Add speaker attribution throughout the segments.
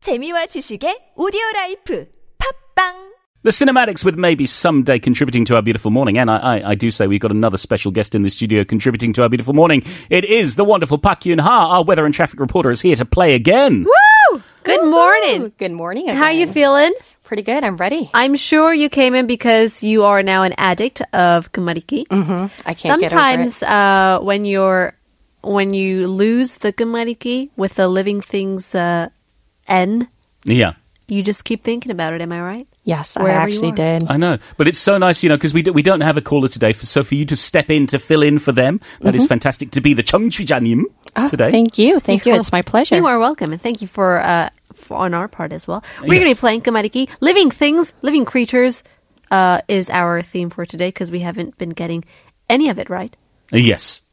Speaker 1: 재미와 지식의 오디오 라이프 팝빵
Speaker 2: The Cinematics with maybe someday contributing to our beautiful morning. And I, I, I do say we've got another special guest in the studio contributing to our beautiful morning. It is the wonderful Pak Yun Ha. Our weather and traffic reporter is here to play again.
Speaker 3: Good morning.
Speaker 4: Good morning.
Speaker 3: How are you
Speaker 4: again.
Speaker 3: feeling?
Speaker 4: Pretty good. I'm ready.
Speaker 3: I'm sure you came in because you are now an addict of kumariki.
Speaker 4: I can't
Speaker 3: Uh, Sometimes uh, when you're when you lose the kumariki with the living things uh, n,
Speaker 2: Yeah.
Speaker 3: you just keep thinking about it. Am I right?
Speaker 4: get over it. Yes, I
Speaker 3: Wherever you
Speaker 4: actually
Speaker 3: are.
Speaker 4: did.
Speaker 2: I know, but it's so nice, you know, because we, do, we don't have a caller today, for, so for you to step in to fill in for them, that is fantastic. To be the Chung Chui Janim
Speaker 4: Oh,
Speaker 2: Uh, today.
Speaker 4: Thank you. Thank you. It's my pleasure.
Speaker 3: You are welcome, and thank you for, uh, for on our part as well. We're going to
Speaker 2: Yes.
Speaker 3: be playing kumariki. Living things, living creatures uh, is our theme for today because we haven't been getting any of it right.
Speaker 2: Uh, Yes.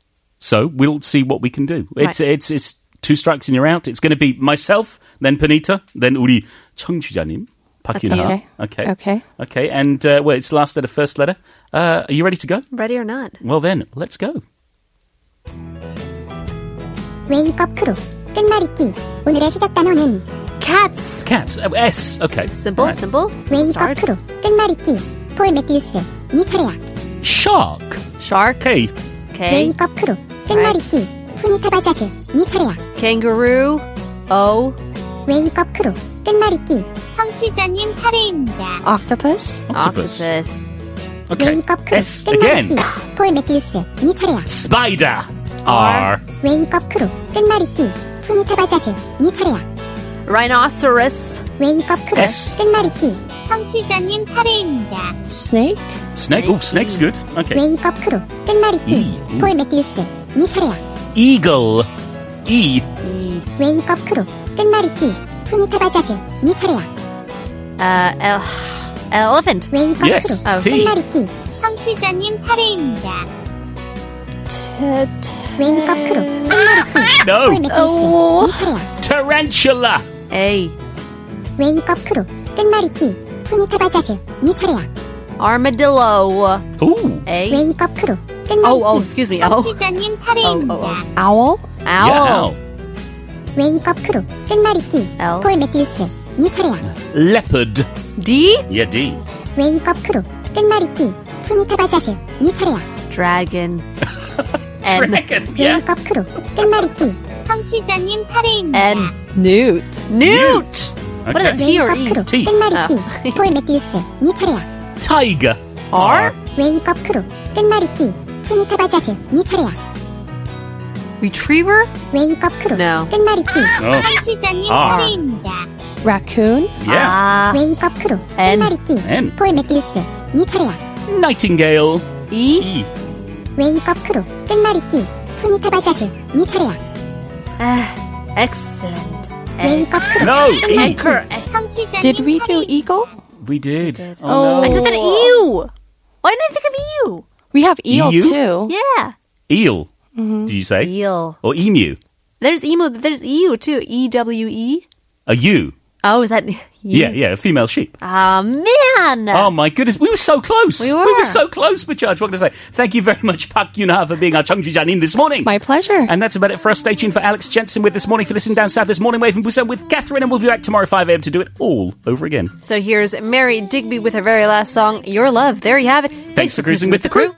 Speaker 2: So we'll see what we can do. It's
Speaker 3: Right.
Speaker 2: it's it's two strikes and you're out. It's going to be myself, then Panita, then 우리 청취자님
Speaker 3: That's
Speaker 2: 박윤아.
Speaker 4: okay.
Speaker 2: Okay.
Speaker 4: Okay.
Speaker 2: Okay. And uh, well, it's last letter, first letter. Uh, are you ready to go?
Speaker 3: Ready or not?
Speaker 2: Well then, let's go.
Speaker 5: 웨이크업 크루 끝말잇기 오늘의 시작 단어는
Speaker 3: Cats.
Speaker 2: Cats. Oh, S. Okay.
Speaker 3: Simple,
Speaker 2: Right.
Speaker 3: simple.
Speaker 5: 웨이크업
Speaker 3: Start.
Speaker 5: 크루 끝말잇기 폴 매튜스 니 차례야
Speaker 2: Shark.
Speaker 3: Shark.
Speaker 2: K.
Speaker 3: Okay.
Speaker 5: 웨이크업 크루 끝말잇기 후니타바 자즈 니 차례야
Speaker 3: Kangaroo. Oh, O.
Speaker 5: 웨이크업 크루 끝말잇기 청취자님 차례입니다
Speaker 4: Octopus.
Speaker 2: Octopus.
Speaker 3: Octopus.
Speaker 2: 아, Okay.
Speaker 5: 웨이크업 크루
Speaker 2: S again.
Speaker 5: 끝말잇기 폴 매튜스 니 차례야
Speaker 2: Spider. R.
Speaker 5: 웨이크업 크루 끝말잇기 후니타바 자즈 니 차례야
Speaker 3: Rhinoceros.
Speaker 5: 웨이크업 크루
Speaker 2: S.
Speaker 5: 끝말잇기 청취자님 차례입니다
Speaker 4: Snake.
Speaker 2: Snake. Oh, snake's good. Okay.
Speaker 5: 웨이크업 크루 끝말잇기
Speaker 2: E.
Speaker 5: 폴 매튜스 니 차례야
Speaker 2: Eagle. E.
Speaker 3: E.
Speaker 5: 웨이크업 크루 끝말잇기 푸니타바 자즈 니 차례야
Speaker 3: Uh, el- elephant.
Speaker 5: 웨이크업
Speaker 2: Yes.
Speaker 3: Oh.
Speaker 2: T.
Speaker 5: 끝말잇기 청취자님 차례입니다
Speaker 4: T- t-
Speaker 5: 웨이크업 크루 끝말잇기 폴
Speaker 2: No.
Speaker 5: 매튜스 니 차례야
Speaker 2: Tarantula.
Speaker 3: A.
Speaker 5: 웨이크업 크루 끝말잇기 푸니타바 자즈 니 차례야
Speaker 3: Armadillo.
Speaker 2: Ooh.
Speaker 3: A.
Speaker 5: 웨이크업 크루
Speaker 3: Oh, oh,
Speaker 5: 끝말잇기
Speaker 3: excuse me. Oh.
Speaker 5: 청취자님
Speaker 3: 어, 어, 어.
Speaker 4: Owl.
Speaker 3: Owl.
Speaker 5: 웨이크업 크루 끝말잇기
Speaker 3: L.
Speaker 5: 폴 매튜스 니 차례야
Speaker 2: Leopard.
Speaker 3: D.
Speaker 2: Yeah, D.
Speaker 5: 웨이크업 크루 끝말잇기 푸니타바 자즈 니 차례야
Speaker 3: Dragon. N.
Speaker 2: Dragon. Yeah.
Speaker 5: 웨이크업 크루 끝말잇기 청취자님 차례입니다
Speaker 3: N.
Speaker 4: Newt.
Speaker 3: Newt.
Speaker 2: Okay.
Speaker 3: What are the T or E?
Speaker 5: 웨이크업 크루
Speaker 2: T.
Speaker 5: 끝말잇기 폴 매튜스 니 차례야
Speaker 2: Tiger.
Speaker 3: R.
Speaker 5: 웨이크업 크루 끝말잇기 푸니타바 자즈 니 차례야
Speaker 3: Retriever.
Speaker 5: 웨이크업 크루
Speaker 3: No.
Speaker 5: 끝말잇기
Speaker 2: Oh.
Speaker 5: 청취자님
Speaker 2: 아.
Speaker 5: 차례입니다
Speaker 4: Raccoon.
Speaker 2: Yeah.
Speaker 3: Ah.
Speaker 5: 웨이크업 크루
Speaker 3: N.
Speaker 5: 끝말잇기
Speaker 2: N.
Speaker 5: 폴 매튜스 니 차례야
Speaker 2: Nightingale.
Speaker 3: E.
Speaker 2: E.
Speaker 5: 웨이크업 크루 끝말잇기 푸니타바 자즈 니 차례야
Speaker 3: Ah, Excellent. A.
Speaker 5: 웨이크업 크루
Speaker 2: No, E.
Speaker 3: Anchor.
Speaker 5: 청취자님
Speaker 4: Did we do eagle?
Speaker 2: We did.
Speaker 4: Oh.
Speaker 2: Oh,
Speaker 3: I
Speaker 2: no.
Speaker 3: just said ew. Why didn't I think of you?
Speaker 4: We have eel
Speaker 2: Eel?
Speaker 4: too.
Speaker 3: Yeah.
Speaker 2: Eel.
Speaker 3: Mm-hmm.
Speaker 2: Do you say?
Speaker 3: Eel.
Speaker 2: Or emu?
Speaker 3: There's emo. There's ew too. E W E.
Speaker 2: A ewe.
Speaker 3: Oh, is that?
Speaker 2: Yeah, yeah, a female sheep.
Speaker 3: Ah man.
Speaker 2: Oh my goodness, we were so close.
Speaker 3: We
Speaker 2: were
Speaker 3: were.
Speaker 2: so close, Bajaj. What can I say? Thank you very much, Pak Yunha, for being our Chungju Janin this morning.
Speaker 4: My pleasure.
Speaker 2: And that's about it for us. Stay tuned for Alex Jensen with This Morning for Listening Down South, This Morning Wave in Busan with Catherine, and we'll be back tomorrow 5 a.m. to do it all over again.
Speaker 3: So here's Mary Digby with her very last song, Your Love. There you have it. Thanks,
Speaker 2: for cruising with the crew.